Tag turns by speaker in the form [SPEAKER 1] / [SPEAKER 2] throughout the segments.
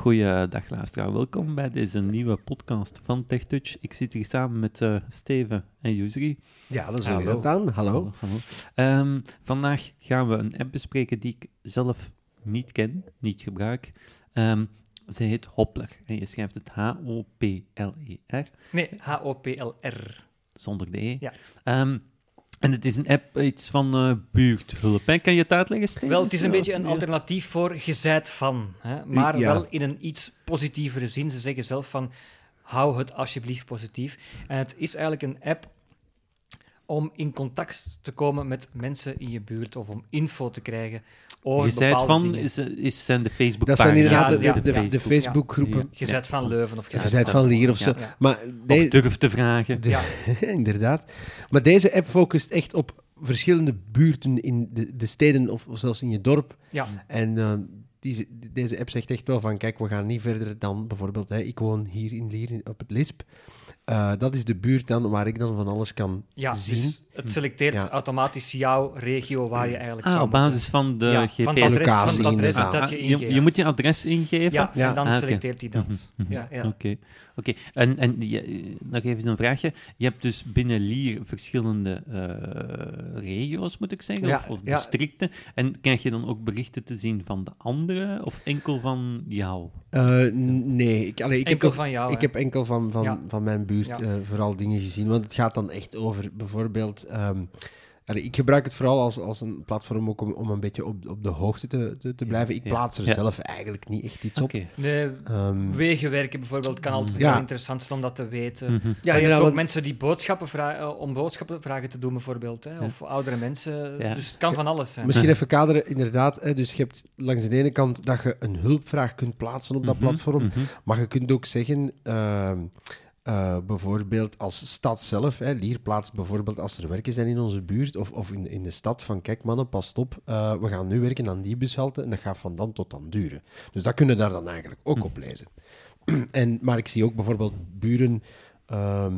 [SPEAKER 1] Goeiedag luisteraar, welkom bij deze nieuwe podcast van TechTouch. Ik zit hier samen met eh, Steven en Yusri.
[SPEAKER 2] Ja, dan zo is
[SPEAKER 1] Hallo.
[SPEAKER 2] dat dan. Hallo.
[SPEAKER 1] Hallo. Ehm, vandaag gaan we een app bespreken die ik zelf niet ken, niet gebruik. Ehm, ze heet Hoppler en je schrijft het H-O-P-L-E-R,
[SPEAKER 3] Nee, H-O-P-L-R.
[SPEAKER 1] E zonder de E.
[SPEAKER 3] Ja.
[SPEAKER 1] Ehm, en het is een app, iets van eh buurthulp. hè? Kan je het uitleggen, Steven?
[SPEAKER 3] Wel, het is een beetje een
[SPEAKER 1] Ja.
[SPEAKER 3] alternatief voor gezeid van. Hè? Maar
[SPEAKER 2] Ja.
[SPEAKER 3] wel in een iets positievere zin. Ze zeggen zelf van, hou het alsjeblieft positief. En het is eigenlijk een app om in contact te komen met mensen in je buurt of om info te krijgen over
[SPEAKER 1] Je zei het
[SPEAKER 3] bepaalde
[SPEAKER 1] van,
[SPEAKER 3] dingen.
[SPEAKER 1] is, is, zijn de facebook
[SPEAKER 2] Dat zijn inderdaad
[SPEAKER 3] ja,
[SPEAKER 2] de,
[SPEAKER 3] ja.
[SPEAKER 2] de, de, de Facebookgroepen.
[SPEAKER 3] Gezeid van Leuven of
[SPEAKER 2] Ja.
[SPEAKER 3] gezeid
[SPEAKER 2] Ze zijn van Lier of zo.
[SPEAKER 3] Ja, ja.
[SPEAKER 2] Maar
[SPEAKER 1] Of
[SPEAKER 2] deze,
[SPEAKER 1] durf te vragen.
[SPEAKER 2] de- inderdaad. Maar deze app focust echt op verschillende buurten in de, de steden of, of zelfs in je dorp.
[SPEAKER 3] Ja,
[SPEAKER 2] En eh, die, deze app zegt echt wel van, kijk, we gaan niet verder dan bijvoorbeeld, hè, ik woon hier in Lier in- op het Lisp. Eh, dat is de buurt dan waar ik dan van alles kan
[SPEAKER 3] ja
[SPEAKER 2] zien.
[SPEAKER 3] dus het selecteert
[SPEAKER 2] Ja.
[SPEAKER 3] automatisch jouw regio waar je eigenlijk
[SPEAKER 1] Ah,
[SPEAKER 3] zou
[SPEAKER 1] op
[SPEAKER 3] moeten-
[SPEAKER 1] basis van de
[SPEAKER 3] ja,
[SPEAKER 1] GPS.
[SPEAKER 3] van het adres,
[SPEAKER 2] Locatie
[SPEAKER 3] van het adres
[SPEAKER 2] inderdaad.
[SPEAKER 3] dat je
[SPEAKER 1] Ah, je,
[SPEAKER 3] ingeeft.
[SPEAKER 1] moet je adres ingeven?
[SPEAKER 3] Ja,
[SPEAKER 2] Ja.
[SPEAKER 3] en dan
[SPEAKER 1] Ah, oké. Mhm.
[SPEAKER 3] selecteert hij dat.
[SPEAKER 2] Ja, ja.
[SPEAKER 1] Oké, oké. en, en je- eh, nog even een vraagje. Je hebt dus binnen Lier verschillende eh, regio's, moet ik zeggen,
[SPEAKER 2] Ja,
[SPEAKER 1] of, of
[SPEAKER 2] ja.
[SPEAKER 1] districten. En krijg je dan ook berichten te zien van de anderen of enkel van jou?
[SPEAKER 2] Eh, n- nee, ik, allee, ik heb
[SPEAKER 3] Enkel
[SPEAKER 2] nog-
[SPEAKER 3] van jou.
[SPEAKER 2] Ik
[SPEAKER 3] Oh, hè.
[SPEAKER 2] heb enkel van, van,
[SPEAKER 3] Ja.
[SPEAKER 2] van mijn buurt
[SPEAKER 3] Ja.
[SPEAKER 2] eh, vooral dingen gezien. Want het gaat dan echt over bijvoorbeeld. ehm, allee, ik gebruik het vooral als, als een platform ook om, om een beetje op, op de hoogte te, te, te blijven. Ik
[SPEAKER 1] ja.
[SPEAKER 2] plaats er
[SPEAKER 1] Ja.
[SPEAKER 2] zelf eigenlijk niet echt iets
[SPEAKER 1] Oké.
[SPEAKER 2] op.
[SPEAKER 3] Nee,
[SPEAKER 2] Ehm,
[SPEAKER 3] wegenwerken bijvoorbeeld kan altijd
[SPEAKER 2] Hmm. Ja. Hmm.
[SPEAKER 3] heel interessant zijn om dat te weten.
[SPEAKER 1] Mhm.
[SPEAKER 2] ja,
[SPEAKER 3] maar je
[SPEAKER 2] inderdaad,
[SPEAKER 3] hebt ook
[SPEAKER 2] want-
[SPEAKER 3] mensen die boodschappen vragen, eh, om boodschappen vragen te doen, bijvoorbeeld. Hè? Of oudere mensen.
[SPEAKER 1] Ja.
[SPEAKER 3] Dus het kan van alles zijn.
[SPEAKER 2] Misschien even kaderen, inderdaad. Hè, dus je hebt langs de ene kant dat je een hulpvraag kunt plaatsen op dat
[SPEAKER 1] Mhm,
[SPEAKER 2] platform.
[SPEAKER 1] mhm.
[SPEAKER 2] Maar je kunt ook zeggen, ehm, eh, bijvoorbeeld als stad zelf, hè, Lierplaats bijvoorbeeld, als er werken zijn in onze buurt of, of in, in de stad, van kijk mannen, pas op, eh, we gaan nu werken aan die bushalte en dat gaat van dan tot dan duren. Dus dat kunnen daar dan eigenlijk ook op lezen. En, maar ik zie ook bijvoorbeeld buren ehm,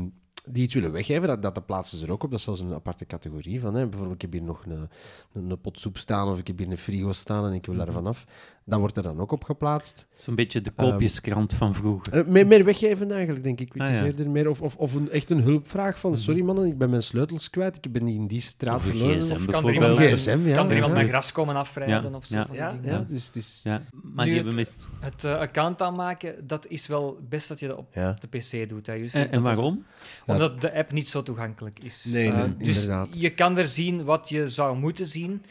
[SPEAKER 2] die iets willen weggeven, dat, dat, dat plaatsen ze er ook op. Dat is zelfs een aparte categorie van. Hè. Bijvoorbeeld, ik heb hier nog een, een, een pot soep staan of ik heb hier een frigo staan en ik wil daar vanaf. Dan wordt er dan ook op geplaatst.
[SPEAKER 1] Zo'n beetje de koopjeskrant
[SPEAKER 3] Ehm,
[SPEAKER 1] van vroeger.
[SPEAKER 2] Eh, meer, meer weggeven eigenlijk, denk ik. Weet
[SPEAKER 1] Ah,
[SPEAKER 2] je,
[SPEAKER 1] ja.
[SPEAKER 2] eerder meer. Of, of, of een, echt een hulpvraag van... Sorry mannen, ik ben mijn sleutels kwijt. Ik ben die in die straat
[SPEAKER 1] Of een
[SPEAKER 2] verloren.
[SPEAKER 1] GSM
[SPEAKER 2] Of
[SPEAKER 3] Kan er
[SPEAKER 1] bijvoorbeeld.
[SPEAKER 3] iemand, mijn,
[SPEAKER 2] GSM, ja.
[SPEAKER 3] kan er iemand
[SPEAKER 2] ja.
[SPEAKER 3] mijn gras komen afrijden
[SPEAKER 1] Ja,
[SPEAKER 3] of zo?
[SPEAKER 1] ja.
[SPEAKER 3] van die
[SPEAKER 2] Ja,
[SPEAKER 3] dingen.
[SPEAKER 2] ja, dus het is...
[SPEAKER 1] Ja, maar
[SPEAKER 3] Nu
[SPEAKER 1] die hebben
[SPEAKER 3] het-
[SPEAKER 1] mis...
[SPEAKER 3] Het eh, account aanmaken, dat is wel best dat je dat op
[SPEAKER 2] Ja.
[SPEAKER 3] de PC doet. Hè, Jussi.
[SPEAKER 1] En, en
[SPEAKER 3] Dat-
[SPEAKER 1] waarom?
[SPEAKER 3] Omdat de app niet zo toegankelijk is.
[SPEAKER 2] Nee,
[SPEAKER 3] Eh,
[SPEAKER 2] nee,
[SPEAKER 3] dus
[SPEAKER 2] inderdaad.
[SPEAKER 3] je kan er zien wat je zou moeten zien,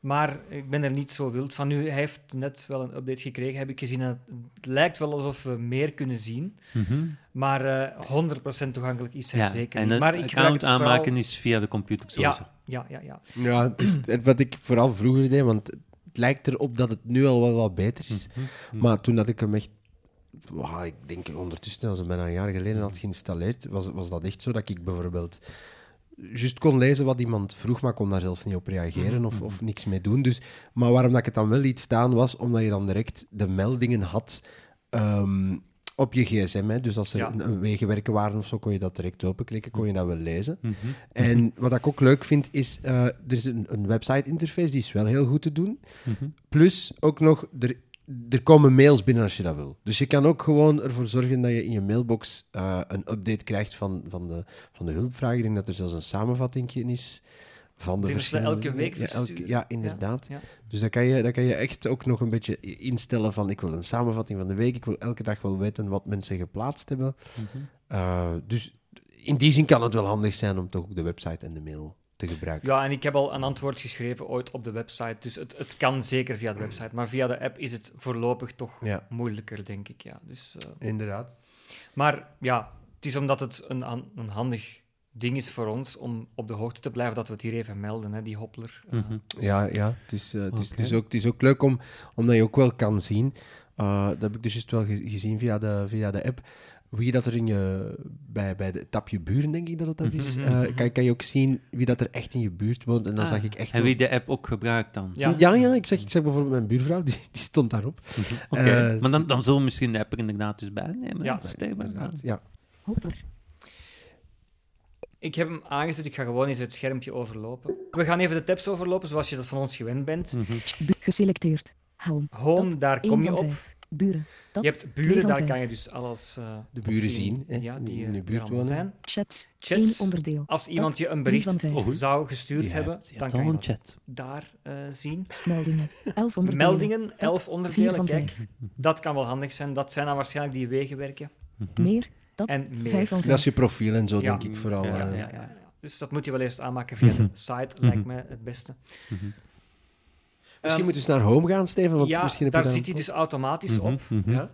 [SPEAKER 3] maar ik ben er niet zo wild van. Nu, hij heeft net wel een update gekregen, heb ik gezien. en Het het lijkt wel alsof we meer kunnen zien,
[SPEAKER 1] Mhm.
[SPEAKER 3] maar eh, 100% toegankelijk is hij zeker
[SPEAKER 1] en
[SPEAKER 3] niet.
[SPEAKER 1] het
[SPEAKER 3] Maar ik gebruik
[SPEAKER 1] account
[SPEAKER 3] het vooral-
[SPEAKER 1] aanmaken is via de computer, sowieso.
[SPEAKER 3] Ja, ja, ja, ja.
[SPEAKER 2] Ja, het is het- wat ik vooral vroeger deed, want het lijkt erop dat het nu al wel wat beter is. Maar toen dat ik hem echt... wauw, ik denk ondertussen, als ik bijna een jaar geleden had geïnstalleerd, was, was dat echt zo dat ik bijvoorbeeld juist kon lezen wat iemand vroeg, maar kon daar zelfs niet op reageren of, of niks mee doen. Dus, maar waarom dat ik het dan wel liet staan, was omdat je dan direct de meldingen had... ehm, op je gsm, hè. dus als er
[SPEAKER 3] Ja.
[SPEAKER 2] een, een wegenwerken waren of zo, kon je dat direct openklikken, kon je dat wel lezen.
[SPEAKER 1] Mhm.
[SPEAKER 2] En wat ik ook leuk vind, is eh, er is een, een website-interface, die is wel heel goed te doen.
[SPEAKER 1] Mhm.
[SPEAKER 2] Plus ook nog, er, er komen mails binnen als je dat wil. Dus je kan ook gewoon ervoor zorgen dat je in je mailbox eh, een update krijgt van, van, de, van de hulpvraag. Ik denk dat er zelfs een samenvatting in is van de
[SPEAKER 3] Die moeten we
[SPEAKER 2] verschillende...
[SPEAKER 3] elke week
[SPEAKER 2] ja,
[SPEAKER 3] versturen.
[SPEAKER 2] ja, inderdaad.
[SPEAKER 3] Ja, ja.
[SPEAKER 2] Dus dan kan, je, dan kan je echt ook nog een beetje instellen van ik wil een samenvatting van de week, ik wil elke dag wel weten wat mensen geplaatst hebben.
[SPEAKER 1] Mhm.
[SPEAKER 2] Eh, dus in die zin kan het wel handig zijn om toch ook de website en de mail te gebruiken.
[SPEAKER 3] Ja, en ik heb al een antwoord geschreven ooit op de website, dus het, het kan zeker via de website. Maar via de app is het voorlopig toch
[SPEAKER 2] Ja,
[SPEAKER 3] moeilijker, denk ik. Ja. Dus, eh,
[SPEAKER 2] inderdaad.
[SPEAKER 3] Maar ja, het is omdat het een, han- een handig ding is voor ons om op de hoogte te blijven dat we het hier even melden, hè, die hoppler. Eh,
[SPEAKER 1] Mhm.
[SPEAKER 2] Ja, ja het, is, eh, het, is, het, is
[SPEAKER 1] Oké.
[SPEAKER 2] ook, het is ook leuk om, omdat je ook wel kan zien. eh, dat heb ik dus juist wel ge- gezien via de, via de app. Wie dat er in je, bij, bij de tapje buren, denk ik dat het dat is,
[SPEAKER 3] Mhm,
[SPEAKER 2] eh,
[SPEAKER 3] mhm.
[SPEAKER 2] kan, kan je ook zien wie dat er echt in je buurt woont. En dan
[SPEAKER 1] Ah,
[SPEAKER 2] zag ik echt...
[SPEAKER 1] En
[SPEAKER 2] wel-
[SPEAKER 1] wie de app ook gebruikt dan.
[SPEAKER 3] Ja.
[SPEAKER 2] Ja, ja ik, zeg, ik zeg bijvoorbeeld mijn buurvrouw, die, die stond daarop.
[SPEAKER 1] Mhm. Oké,
[SPEAKER 2] Eh,
[SPEAKER 1] maar dan, dan zullen we misschien de app er inderdaad dus bij nemen.
[SPEAKER 3] Ja,
[SPEAKER 1] Steven.
[SPEAKER 2] Inderdaad, ja.
[SPEAKER 3] Ik heb hem aangezet, ik ga gewoon eens het schermpje overlopen. We gaan even de tabs overlopen, zoals je dat van ons gewend bent.
[SPEAKER 1] Mhm.
[SPEAKER 4] Geselecteerd. Home.
[SPEAKER 3] Home, daar
[SPEAKER 4] Eén
[SPEAKER 3] kom je
[SPEAKER 4] van
[SPEAKER 3] op.
[SPEAKER 4] vijf. Buren. Tab.
[SPEAKER 3] Je hebt buren, daar
[SPEAKER 4] vijf.
[SPEAKER 3] kan je dus alles eh,
[SPEAKER 2] De buren
[SPEAKER 3] op
[SPEAKER 2] zien, hè,
[SPEAKER 3] ja,
[SPEAKER 2] die
[SPEAKER 3] die eh,
[SPEAKER 2] in de
[SPEAKER 3] er
[SPEAKER 2] buurt
[SPEAKER 3] allemaal
[SPEAKER 2] wonen.
[SPEAKER 3] zijn.
[SPEAKER 4] Chats.
[SPEAKER 3] Chats.
[SPEAKER 4] Eén onderdeel.
[SPEAKER 3] Als iemand je een
[SPEAKER 4] Drie
[SPEAKER 3] bericht
[SPEAKER 4] van vijf.
[SPEAKER 1] Oh, goed.
[SPEAKER 3] zou gestuurd hebben,
[SPEAKER 1] je
[SPEAKER 3] dan
[SPEAKER 1] hebt
[SPEAKER 3] kan
[SPEAKER 1] al
[SPEAKER 3] je
[SPEAKER 1] een
[SPEAKER 3] dat
[SPEAKER 1] chat.
[SPEAKER 3] daar eh, zien.
[SPEAKER 4] Meldingen. Elf onderdelen.
[SPEAKER 3] Meldingen, elf
[SPEAKER 4] Vier
[SPEAKER 3] onderdelen,
[SPEAKER 4] van
[SPEAKER 3] kijk.
[SPEAKER 4] vijf.
[SPEAKER 1] Mhm.
[SPEAKER 3] Dat kan wel handig zijn. Dat zijn dan waarschijnlijk die wegenwerken
[SPEAKER 1] Mhm.
[SPEAKER 4] Meer. Tab.
[SPEAKER 3] en Hm. meer.
[SPEAKER 4] Vijf van
[SPEAKER 2] Dat is
[SPEAKER 4] vijf.
[SPEAKER 2] je profiel en zo,
[SPEAKER 3] Ja.
[SPEAKER 2] denk ik vooral.
[SPEAKER 1] Ja,
[SPEAKER 3] Ja,
[SPEAKER 2] eh.
[SPEAKER 3] ja, ja, ja. Dus dat moet je wel eerst aanmaken via
[SPEAKER 2] Mhm.
[SPEAKER 3] de site, lijkt me het beste.
[SPEAKER 1] Mhm.
[SPEAKER 2] Misschien
[SPEAKER 3] Ehm,
[SPEAKER 2] moeten we eens naar home gaan, Steven. Want
[SPEAKER 3] ja,
[SPEAKER 2] misschien heb
[SPEAKER 3] daar
[SPEAKER 2] je
[SPEAKER 3] zit hij dus automatisch
[SPEAKER 1] Mhm,
[SPEAKER 3] op.
[SPEAKER 1] mhm.
[SPEAKER 2] Ja?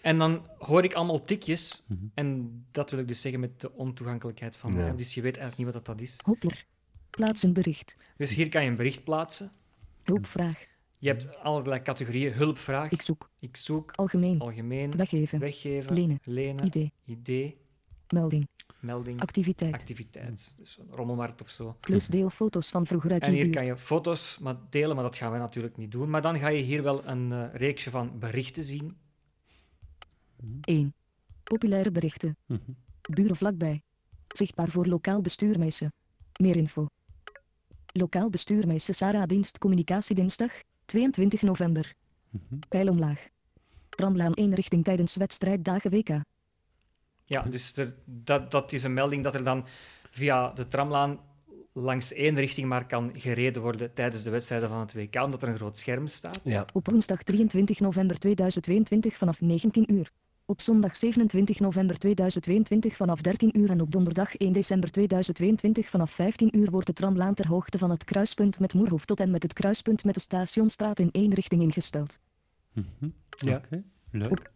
[SPEAKER 3] En dan hoor ik allemaal tikjes.
[SPEAKER 1] Mhm.
[SPEAKER 3] En dat wil ik dus zeggen met de ontoegankelijkheid van.
[SPEAKER 2] Ja.
[SPEAKER 3] Dus je weet eigenlijk niet wat dat is.
[SPEAKER 4] Hopper. Plaats een bericht.
[SPEAKER 3] Dus hier kan je een bericht plaatsen.
[SPEAKER 4] Hulpvraag.
[SPEAKER 3] Je hebt allerlei categorieën. Hulpvraag,
[SPEAKER 4] Ik zoek.
[SPEAKER 3] ik zoek,
[SPEAKER 4] Algemeen.
[SPEAKER 3] algemeen,
[SPEAKER 4] Weggeven.
[SPEAKER 3] weggeven,
[SPEAKER 4] Lenen.
[SPEAKER 3] lenen,
[SPEAKER 4] Idee.
[SPEAKER 3] idee,
[SPEAKER 4] Melding.
[SPEAKER 3] melding,
[SPEAKER 4] Activiteit.
[SPEAKER 3] activiteit. Dus een rommelmarkt of zo.
[SPEAKER 4] Plus deelfoto's van vroeger uit
[SPEAKER 3] En
[SPEAKER 4] je
[SPEAKER 3] hier kan
[SPEAKER 4] buurt.
[SPEAKER 3] je foto's maar delen, maar dat gaan wij natuurlijk niet doen. Maar dan ga je hier wel een eh, reeksje van berichten zien.
[SPEAKER 4] 1. Populaire berichten.
[SPEAKER 1] Mhm.
[SPEAKER 4] Buren vlakbij. Zichtbaar voor lokaal bestuur Meissen. Meer info. Lokaal bestuur Meissen Sarah Dienst Communicatie dinsdag, 22 november.
[SPEAKER 1] Mhm.
[SPEAKER 4] Pijl omlaag. Tramlaan 1 richting tijdens wedstrijddagen WK.
[SPEAKER 3] Ja, dus er, dat, dat is een melding dat er dan via de tramlaan langs één richting maar kan gereden worden tijdens de wedstrijden van het WK, omdat er een groot scherm staat.
[SPEAKER 2] Ja.
[SPEAKER 4] Op woensdag 23 november 2022 vanaf 19 uur. Op zondag 27 november 2022 vanaf 13 uur en op donderdag 1 december 2022 vanaf 15 uur wordt de tramlaan ter hoogte van het kruispunt met Moerhof tot en met het kruispunt met de Stationstraat in één richting ingesteld.
[SPEAKER 1] Mhm.
[SPEAKER 2] Ja.
[SPEAKER 1] Oké, leuk.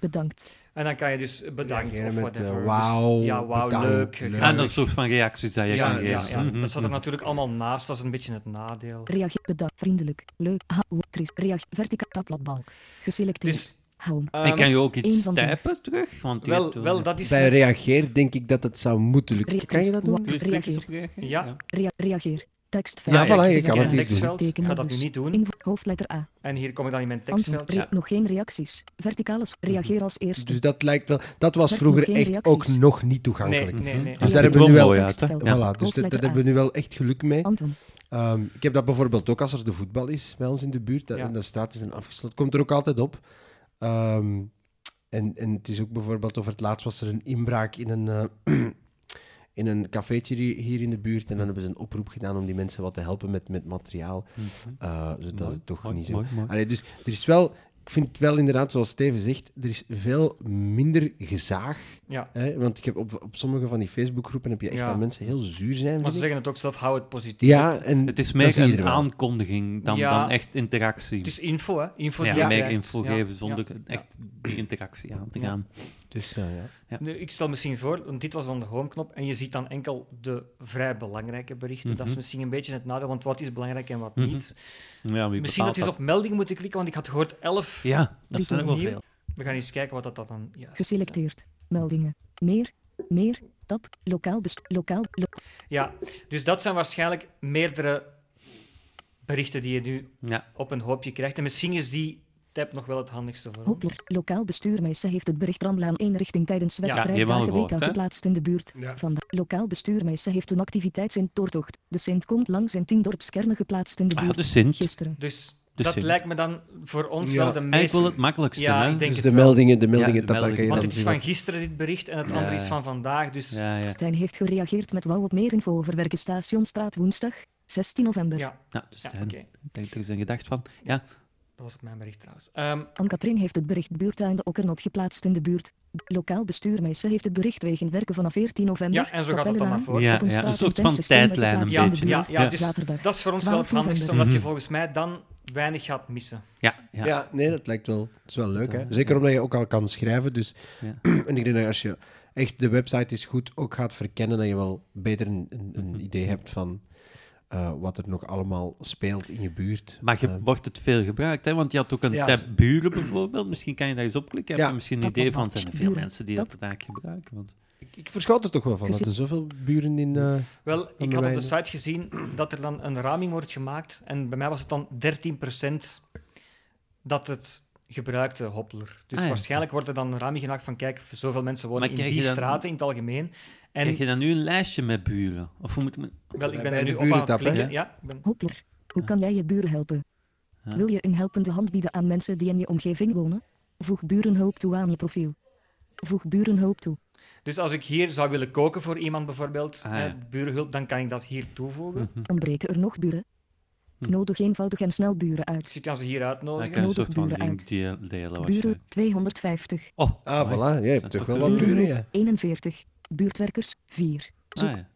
[SPEAKER 4] Bedankt.
[SPEAKER 3] En dan kan je dus bedankt
[SPEAKER 2] Reageren
[SPEAKER 3] of
[SPEAKER 2] met
[SPEAKER 3] whatever.
[SPEAKER 2] eh,
[SPEAKER 3] Dus-
[SPEAKER 2] wauw,
[SPEAKER 3] ja, wauw,
[SPEAKER 2] bedankt,
[SPEAKER 3] leuk.
[SPEAKER 1] En
[SPEAKER 2] leuk.
[SPEAKER 1] Ah, dat soort van reacties dat je
[SPEAKER 3] Ja,
[SPEAKER 1] kan
[SPEAKER 3] ja,
[SPEAKER 1] geven.
[SPEAKER 3] ja.
[SPEAKER 1] Mhm,
[SPEAKER 3] dat staat er
[SPEAKER 1] mhm.
[SPEAKER 3] natuurlijk allemaal naast. Dat is een beetje het nadeel.
[SPEAKER 4] Reageer bedankt. Vriendelijk. Leuk. Houwtris. Reageer. Verticaal tabbladbalk. Geselecteerd.
[SPEAKER 3] Dus
[SPEAKER 4] Hou.
[SPEAKER 1] En
[SPEAKER 3] ehm,
[SPEAKER 1] kan je ook
[SPEAKER 4] één
[SPEAKER 1] iets
[SPEAKER 4] van de-
[SPEAKER 1] typen terug? Want je hebt
[SPEAKER 3] wel,
[SPEAKER 1] wel-
[SPEAKER 3] wel, dat is...
[SPEAKER 2] Bij reageert denk ik dat het zou moeten lukken.
[SPEAKER 4] Reageert.
[SPEAKER 2] Kan je dat doen?
[SPEAKER 4] Wat?
[SPEAKER 1] Kun je
[SPEAKER 4] Reageer.
[SPEAKER 1] klikjes op reageren?
[SPEAKER 3] Ja.
[SPEAKER 4] Rea- reageer. Tekst.
[SPEAKER 2] Ja, voilà, je kan
[SPEAKER 3] Ik heb
[SPEAKER 2] het
[SPEAKER 3] een
[SPEAKER 2] iets doen.
[SPEAKER 3] tekstveld. Ik ga dat nu niet doen.
[SPEAKER 4] Invo- dus. hoofdletter A.
[SPEAKER 3] En hier kom ik dan in
[SPEAKER 2] dus
[SPEAKER 3] mijn
[SPEAKER 4] Antwoord.
[SPEAKER 3] tekstveld.
[SPEAKER 4] Re- Nog geen reacties. Verticale. s- Reageer als eerste.
[SPEAKER 2] Dus dat lijkt wel... Dat was
[SPEAKER 4] Met
[SPEAKER 2] vroeger
[SPEAKER 4] geen
[SPEAKER 2] echt
[SPEAKER 4] reacties.
[SPEAKER 2] ook nog niet toegankelijk.
[SPEAKER 3] Nee,
[SPEAKER 1] Mhm.
[SPEAKER 3] eh. nee, nee.
[SPEAKER 2] Dus
[SPEAKER 4] Ja.
[SPEAKER 2] daar hebben we
[SPEAKER 1] Ziet
[SPEAKER 2] nu
[SPEAKER 1] er
[SPEAKER 2] wel...
[SPEAKER 1] mooi uit, hè?
[SPEAKER 4] Tekstveld.
[SPEAKER 1] Ja.
[SPEAKER 2] Voilà, dus dat,
[SPEAKER 4] Hoofdletter
[SPEAKER 2] dat
[SPEAKER 4] A.
[SPEAKER 2] hebben we nu wel echt geluk mee.
[SPEAKER 4] Anton.
[SPEAKER 2] Ehm, ik heb dat bijvoorbeeld ook als er de voetbal is bij ons in de buurt. Dat,
[SPEAKER 3] Ja.
[SPEAKER 2] En de straat is dan afgesloten. Komt er ook altijd op. Ehm, en, en het is ook bijvoorbeeld over het laatst was er een inbraak in een, eh, in een cafeetje hier hier in de buurt. En dan hebben ze een oproep gedaan om die mensen wat te helpen met, met materiaal.
[SPEAKER 1] Mhm.
[SPEAKER 2] Eh, dus dat
[SPEAKER 1] Mooi,
[SPEAKER 2] is toch
[SPEAKER 1] mooi,
[SPEAKER 2] niet zo.
[SPEAKER 1] mooi, mooi.
[SPEAKER 2] Allee, dus er is wel, ik vind het wel inderdaad, zoals Steven zegt, er is veel minder gezaag.
[SPEAKER 3] Ja.
[SPEAKER 2] Hè? Want ik heb op, op sommige van die Facebookgroepen heb je echt
[SPEAKER 3] Ja.
[SPEAKER 2] dat mensen heel zuur zijn.
[SPEAKER 3] Maar ze
[SPEAKER 2] vind ik.
[SPEAKER 3] zeggen het ook zelf, hou het positief.
[SPEAKER 2] Ja, en
[SPEAKER 1] Het is
[SPEAKER 2] dat
[SPEAKER 1] meer
[SPEAKER 2] zie je
[SPEAKER 1] een
[SPEAKER 2] er wel.
[SPEAKER 1] aankondiging dan,
[SPEAKER 3] Ja.
[SPEAKER 1] dan echt interactie.
[SPEAKER 3] Het is info, hè? Info
[SPEAKER 1] ja,
[SPEAKER 3] die je
[SPEAKER 1] meer
[SPEAKER 3] krijgt.
[SPEAKER 1] info
[SPEAKER 3] Ja,
[SPEAKER 1] geven
[SPEAKER 3] ja,
[SPEAKER 1] zonder
[SPEAKER 3] ja.
[SPEAKER 1] echt die interactie aan te
[SPEAKER 3] Ja.
[SPEAKER 1] gaan.
[SPEAKER 2] Dus ja, ja.
[SPEAKER 1] Ja.
[SPEAKER 3] Nu, ik stel misschien voor, want dit was dan de homeknop, en je ziet dan enkel de vrij belangrijke berichten. Dat is
[SPEAKER 1] Mhm.
[SPEAKER 3] misschien een beetje het nadeel, want wat is belangrijk en wat
[SPEAKER 1] Mhm.
[SPEAKER 3] niet.
[SPEAKER 1] Ja, wie
[SPEAKER 3] Misschien
[SPEAKER 1] bepaalt
[SPEAKER 3] dat je eens op melding moeten klikken, want ik had gehoord 11.
[SPEAKER 1] Ja, dat
[SPEAKER 4] Dit
[SPEAKER 1] zijn ook wel
[SPEAKER 3] opnieuw.
[SPEAKER 1] veel.
[SPEAKER 3] We gaan eens kijken wat dat, dat dan juist is, hè.
[SPEAKER 4] Geselecteerd. Meldingen. Meer. Meer. Tab. Lokaal. Best. Lokaal. lo-
[SPEAKER 3] Ja, dus dat zijn waarschijnlijk meerdere berichten die je nu
[SPEAKER 1] Ja.
[SPEAKER 3] op een hoopje krijgt. En misschien is die tab nog wel het handigste voor ons.
[SPEAKER 4] Hopper, lokaal bestuurmeester heeft het bericht Ramlaan 1 richting tijdens
[SPEAKER 1] die hebben we al
[SPEAKER 4] wedstrijddagen
[SPEAKER 1] gehoord,
[SPEAKER 4] WK
[SPEAKER 1] hè?
[SPEAKER 4] geplaatst in de buurt.
[SPEAKER 2] Ja.
[SPEAKER 4] Van de lokaal bestuurmeester heeft een activiteit in Toortocht. De Sint komt langs in 10 dorpskernen geplaatst in de
[SPEAKER 1] Ah,
[SPEAKER 4] buurt.
[SPEAKER 1] de Sint.
[SPEAKER 4] Gisteren.
[SPEAKER 3] Dus
[SPEAKER 1] Dus
[SPEAKER 3] dat
[SPEAKER 1] ik-
[SPEAKER 3] lijkt me dan voor ons
[SPEAKER 2] Ja,
[SPEAKER 3] wel de meest...
[SPEAKER 1] Enkel het makkelijkste,
[SPEAKER 3] Ja,
[SPEAKER 1] hè?
[SPEAKER 3] ik denk
[SPEAKER 2] Dus
[SPEAKER 3] het
[SPEAKER 2] de
[SPEAKER 3] wel.
[SPEAKER 2] meldingen, de meldingen,
[SPEAKER 1] Ja, de
[SPEAKER 2] dat daar kan je
[SPEAKER 1] meldingen.
[SPEAKER 2] dan
[SPEAKER 3] Want het is
[SPEAKER 2] zien
[SPEAKER 3] van
[SPEAKER 2] wat-
[SPEAKER 3] gisteren dit bericht en het andere
[SPEAKER 1] Ja.
[SPEAKER 3] is van vandaag. Dus ja,
[SPEAKER 1] Ja, ja.
[SPEAKER 4] Stijn heeft gereageerd met wauw op meer info over Werkenstationstraat woensdag, 16 november.
[SPEAKER 3] ja,
[SPEAKER 1] Ja, dus
[SPEAKER 3] oké.
[SPEAKER 1] Stijn, ik denk er is een gedacht van. Ja,
[SPEAKER 3] Dat was ook mijn bericht trouwens. Ehm,
[SPEAKER 4] Anne-Katrien heeft het bericht buurtuin de Okkernot geplaatst in de buurt. Lokaal bestuurmeester heeft het bericht wegen werken vanaf 14 november.
[SPEAKER 3] Ja, en zo gaat het dan
[SPEAKER 4] Kapellenlaan,
[SPEAKER 3] maar voort.
[SPEAKER 1] Ja,
[SPEAKER 4] Toppenstraat
[SPEAKER 1] ja, een soort
[SPEAKER 4] en
[SPEAKER 1] van
[SPEAKER 4] Tensysteem werd
[SPEAKER 1] tijdlijn een
[SPEAKER 4] geplaatst in de
[SPEAKER 1] beetje. Mhm.
[SPEAKER 3] ja, ja,
[SPEAKER 4] buurt.
[SPEAKER 3] dus
[SPEAKER 4] Zaterdag.
[SPEAKER 3] dat is voor ons wel het
[SPEAKER 4] 12
[SPEAKER 3] handigste,
[SPEAKER 4] november.
[SPEAKER 3] omdat je volgens mij dan weinig gaat missen.
[SPEAKER 1] ja,
[SPEAKER 2] Ja.
[SPEAKER 1] ja. ja.
[SPEAKER 2] nee, dat lijkt wel. Dat is wel leuk, hè?
[SPEAKER 1] Ja.
[SPEAKER 2] Zeker omdat je ook al kan schrijven. Dus...
[SPEAKER 1] Ja.
[SPEAKER 2] en ik denk dat als je echt de website is goed ook gaat verkennen, dat je wel beter een, een, een idee hebt van eh, wat er nog allemaal speelt in je buurt.
[SPEAKER 1] Maar je,
[SPEAKER 2] Eh,
[SPEAKER 1] wordt het veel gebruikt, hè? Want je had ook een
[SPEAKER 2] Ja.
[SPEAKER 1] tab buren bijvoorbeeld. Misschien kan je daar eens op klikken. Heb
[SPEAKER 2] Ja.
[SPEAKER 1] je misschien een
[SPEAKER 4] Tap,
[SPEAKER 1] idee
[SPEAKER 4] tap,
[SPEAKER 1] van,
[SPEAKER 4] tap.
[SPEAKER 1] zijn er veel
[SPEAKER 4] Buren.
[SPEAKER 1] mensen die
[SPEAKER 4] Tap.
[SPEAKER 1] dat vandaag gebruiken? Want...
[SPEAKER 2] ik, ik verschoot er toch wel van dat er zoveel buren in... eh,
[SPEAKER 3] Wel, ik
[SPEAKER 2] de
[SPEAKER 3] had op de
[SPEAKER 2] mijne.
[SPEAKER 3] site gezien dat er dan een raming wordt gemaakt. En bij mij was het dan 13% dat het gebruikte hoppler. Dus
[SPEAKER 1] Ah, ja.
[SPEAKER 3] waarschijnlijk wordt er dan een raming gemaakt van kijk, zoveel mensen wonen
[SPEAKER 1] Maar
[SPEAKER 3] in
[SPEAKER 1] krijg
[SPEAKER 3] die
[SPEAKER 1] je dan-
[SPEAKER 3] straten in het algemeen. En
[SPEAKER 1] Krijg je dan nu een lijstje met buren? Of hoe moet men...
[SPEAKER 3] wel, ik
[SPEAKER 2] Bij
[SPEAKER 3] ben er
[SPEAKER 2] de
[SPEAKER 3] nu op aan het
[SPEAKER 2] burentap, hè?
[SPEAKER 3] klikken. Ja, ik ben-
[SPEAKER 4] Hopper, hoe kan jij je buren helpen?
[SPEAKER 1] Ja.
[SPEAKER 4] Wil je een helpende hand bieden aan mensen die in je omgeving wonen? Voeg burenhulp toe aan je profiel. Voeg burenhulp toe.
[SPEAKER 3] Dus als ik hier zou willen koken voor iemand bijvoorbeeld,
[SPEAKER 1] Ah,
[SPEAKER 3] hè,
[SPEAKER 1] ja.
[SPEAKER 3] burenhulp, dan kan ik dat hier toevoegen.
[SPEAKER 1] Mhm.
[SPEAKER 4] Ontbreken er nog buren?
[SPEAKER 1] Hm.
[SPEAKER 4] Nodig eenvoudig en snel buren uit.
[SPEAKER 3] Dus je kan ze hier
[SPEAKER 1] Dan
[SPEAKER 3] uitnodigen.
[SPEAKER 1] kan je een soort van
[SPEAKER 4] Nodig
[SPEAKER 1] link deel- delen.
[SPEAKER 4] Buren
[SPEAKER 1] waarschijnlijk.
[SPEAKER 4] 250.
[SPEAKER 1] Oh,
[SPEAKER 2] Ah,
[SPEAKER 1] amai.
[SPEAKER 2] voilà. Jij
[SPEAKER 1] Zijn
[SPEAKER 2] hebt toch wel
[SPEAKER 1] toch
[SPEAKER 2] wat
[SPEAKER 1] buren?
[SPEAKER 2] buren, ja.
[SPEAKER 4] 41. Buurtwerkers 4. Zoek.
[SPEAKER 1] Ah, ja.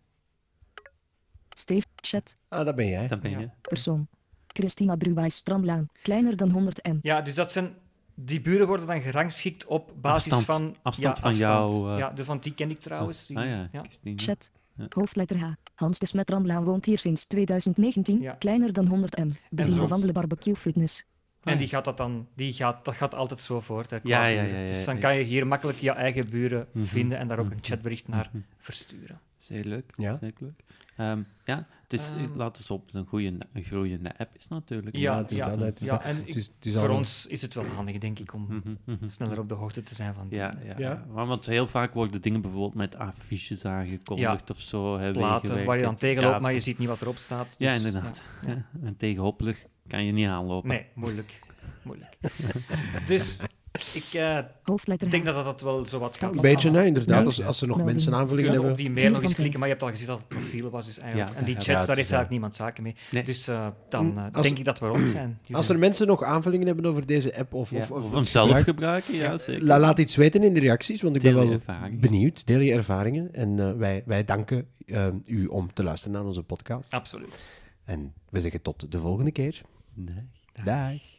[SPEAKER 4] Steve Chat.
[SPEAKER 2] Ah, dat ben jij.
[SPEAKER 1] Dat ben je.
[SPEAKER 3] Ja.
[SPEAKER 4] Persoon. Christina Bruwijs Stramlaan. Kleiner dan 100 m.
[SPEAKER 3] Ja, dus dat zijn... Die buren worden dan gerangschikt op basis
[SPEAKER 1] Afstand.
[SPEAKER 3] van...
[SPEAKER 1] Afstand
[SPEAKER 3] ja,
[SPEAKER 1] van
[SPEAKER 3] afstand.
[SPEAKER 1] jou, eh.
[SPEAKER 3] Ja, de, want die ken ik trouwens. Die-
[SPEAKER 1] Ah ja, Christine.
[SPEAKER 4] Chat.
[SPEAKER 1] Ja.
[SPEAKER 4] Hoofdletter H. Hans de Smet Ramlaan woont hier sinds 2019.
[SPEAKER 3] Ja.
[SPEAKER 4] Kleiner dan 100 m. Bediende
[SPEAKER 3] zot.
[SPEAKER 4] wandelen barbecue fitness.
[SPEAKER 1] Ah,
[SPEAKER 3] En
[SPEAKER 1] ja.
[SPEAKER 3] die gaat dat dan... Die gaat, dat gaat altijd zo voort. Hè,
[SPEAKER 1] Ja,
[SPEAKER 3] qua
[SPEAKER 1] ja,
[SPEAKER 3] buren.
[SPEAKER 1] ja, ja,
[SPEAKER 3] dus dan
[SPEAKER 1] ja.
[SPEAKER 3] kan je hier makkelijk je eigen buren
[SPEAKER 1] Mhm.
[SPEAKER 3] vinden en daar ook een
[SPEAKER 1] Mhm.
[SPEAKER 3] chatbericht naar
[SPEAKER 1] Mhm.
[SPEAKER 3] versturen.
[SPEAKER 1] Zeer leuk.
[SPEAKER 2] Ja.
[SPEAKER 1] Zeer leuk. Ehm, ja, dus
[SPEAKER 3] Ehm.
[SPEAKER 1] laat eens op. Een, goede, een groeiende app is natuurlijk.
[SPEAKER 3] Ja,
[SPEAKER 2] het is
[SPEAKER 3] ja.
[SPEAKER 2] dat. hè, Het is
[SPEAKER 3] Ja,
[SPEAKER 2] dat.
[SPEAKER 3] en ik-
[SPEAKER 2] Het is- het is al
[SPEAKER 3] voor
[SPEAKER 2] een-
[SPEAKER 3] ons is het wel handig, denk ik, om
[SPEAKER 1] Mhm, mhm.
[SPEAKER 3] sneller op de hoogte te zijn van die
[SPEAKER 1] Ja, ja,
[SPEAKER 2] Ja.
[SPEAKER 1] Maar want heel vaak worden dingen bijvoorbeeld met affiches aangekondigd of zo. Hè,
[SPEAKER 3] platen
[SPEAKER 1] wegenwerk.
[SPEAKER 3] waar je dan tegen loopt,
[SPEAKER 1] Ja,
[SPEAKER 3] maar je ziet niet wat erop staat.
[SPEAKER 1] Ja,
[SPEAKER 3] dus-
[SPEAKER 1] inderdaad.
[SPEAKER 3] ja, ja.
[SPEAKER 1] En tegen Hoppelig kan je niet aanlopen.
[SPEAKER 3] Nee, moeilijk. moeilijk. dus ik eh,
[SPEAKER 4] Hoofdletter
[SPEAKER 3] denk
[SPEAKER 4] H.
[SPEAKER 3] dat dat wel zo wat gaat.
[SPEAKER 2] Een beetje, hè,
[SPEAKER 4] Ja.
[SPEAKER 2] inderdaad. Als, als er nog
[SPEAKER 4] Ja.
[SPEAKER 2] mensen
[SPEAKER 3] Je
[SPEAKER 2] aanvullingen
[SPEAKER 3] kunt op
[SPEAKER 2] hebben.
[SPEAKER 3] die mail nog eens
[SPEAKER 4] Vierkant.
[SPEAKER 3] klikken, maar je hebt al gezien dat het profiel was. Dus eigenlijk.
[SPEAKER 1] Ja,
[SPEAKER 3] en die
[SPEAKER 1] ja,
[SPEAKER 3] chats,
[SPEAKER 2] ja,
[SPEAKER 3] daar
[SPEAKER 2] het
[SPEAKER 3] heeft
[SPEAKER 2] is,
[SPEAKER 3] eigenlijk niemand zaken mee.
[SPEAKER 1] Nee.
[SPEAKER 3] Dus eh, dan eh,
[SPEAKER 2] Mm, Als-
[SPEAKER 3] denk ik dat we rond zijn.
[SPEAKER 2] Als er mensen nog aanvullingen hebben over deze app of,
[SPEAKER 1] Ja,
[SPEAKER 2] of, of
[SPEAKER 1] of
[SPEAKER 2] het
[SPEAKER 1] hem zelf
[SPEAKER 2] gebruik,
[SPEAKER 1] gebruiken, ja, zeker.
[SPEAKER 2] la- laat iets weten in de reacties, want ik ben
[SPEAKER 1] Deel je
[SPEAKER 2] wel
[SPEAKER 1] ervaringen.
[SPEAKER 2] benieuwd. Deel je ervaringen. En eh, wij, wij danken eh, u om te luisteren naar onze podcast.
[SPEAKER 3] Absoluut.
[SPEAKER 2] En we zeggen tot de volgende keer.
[SPEAKER 1] Nee.
[SPEAKER 2] Dag.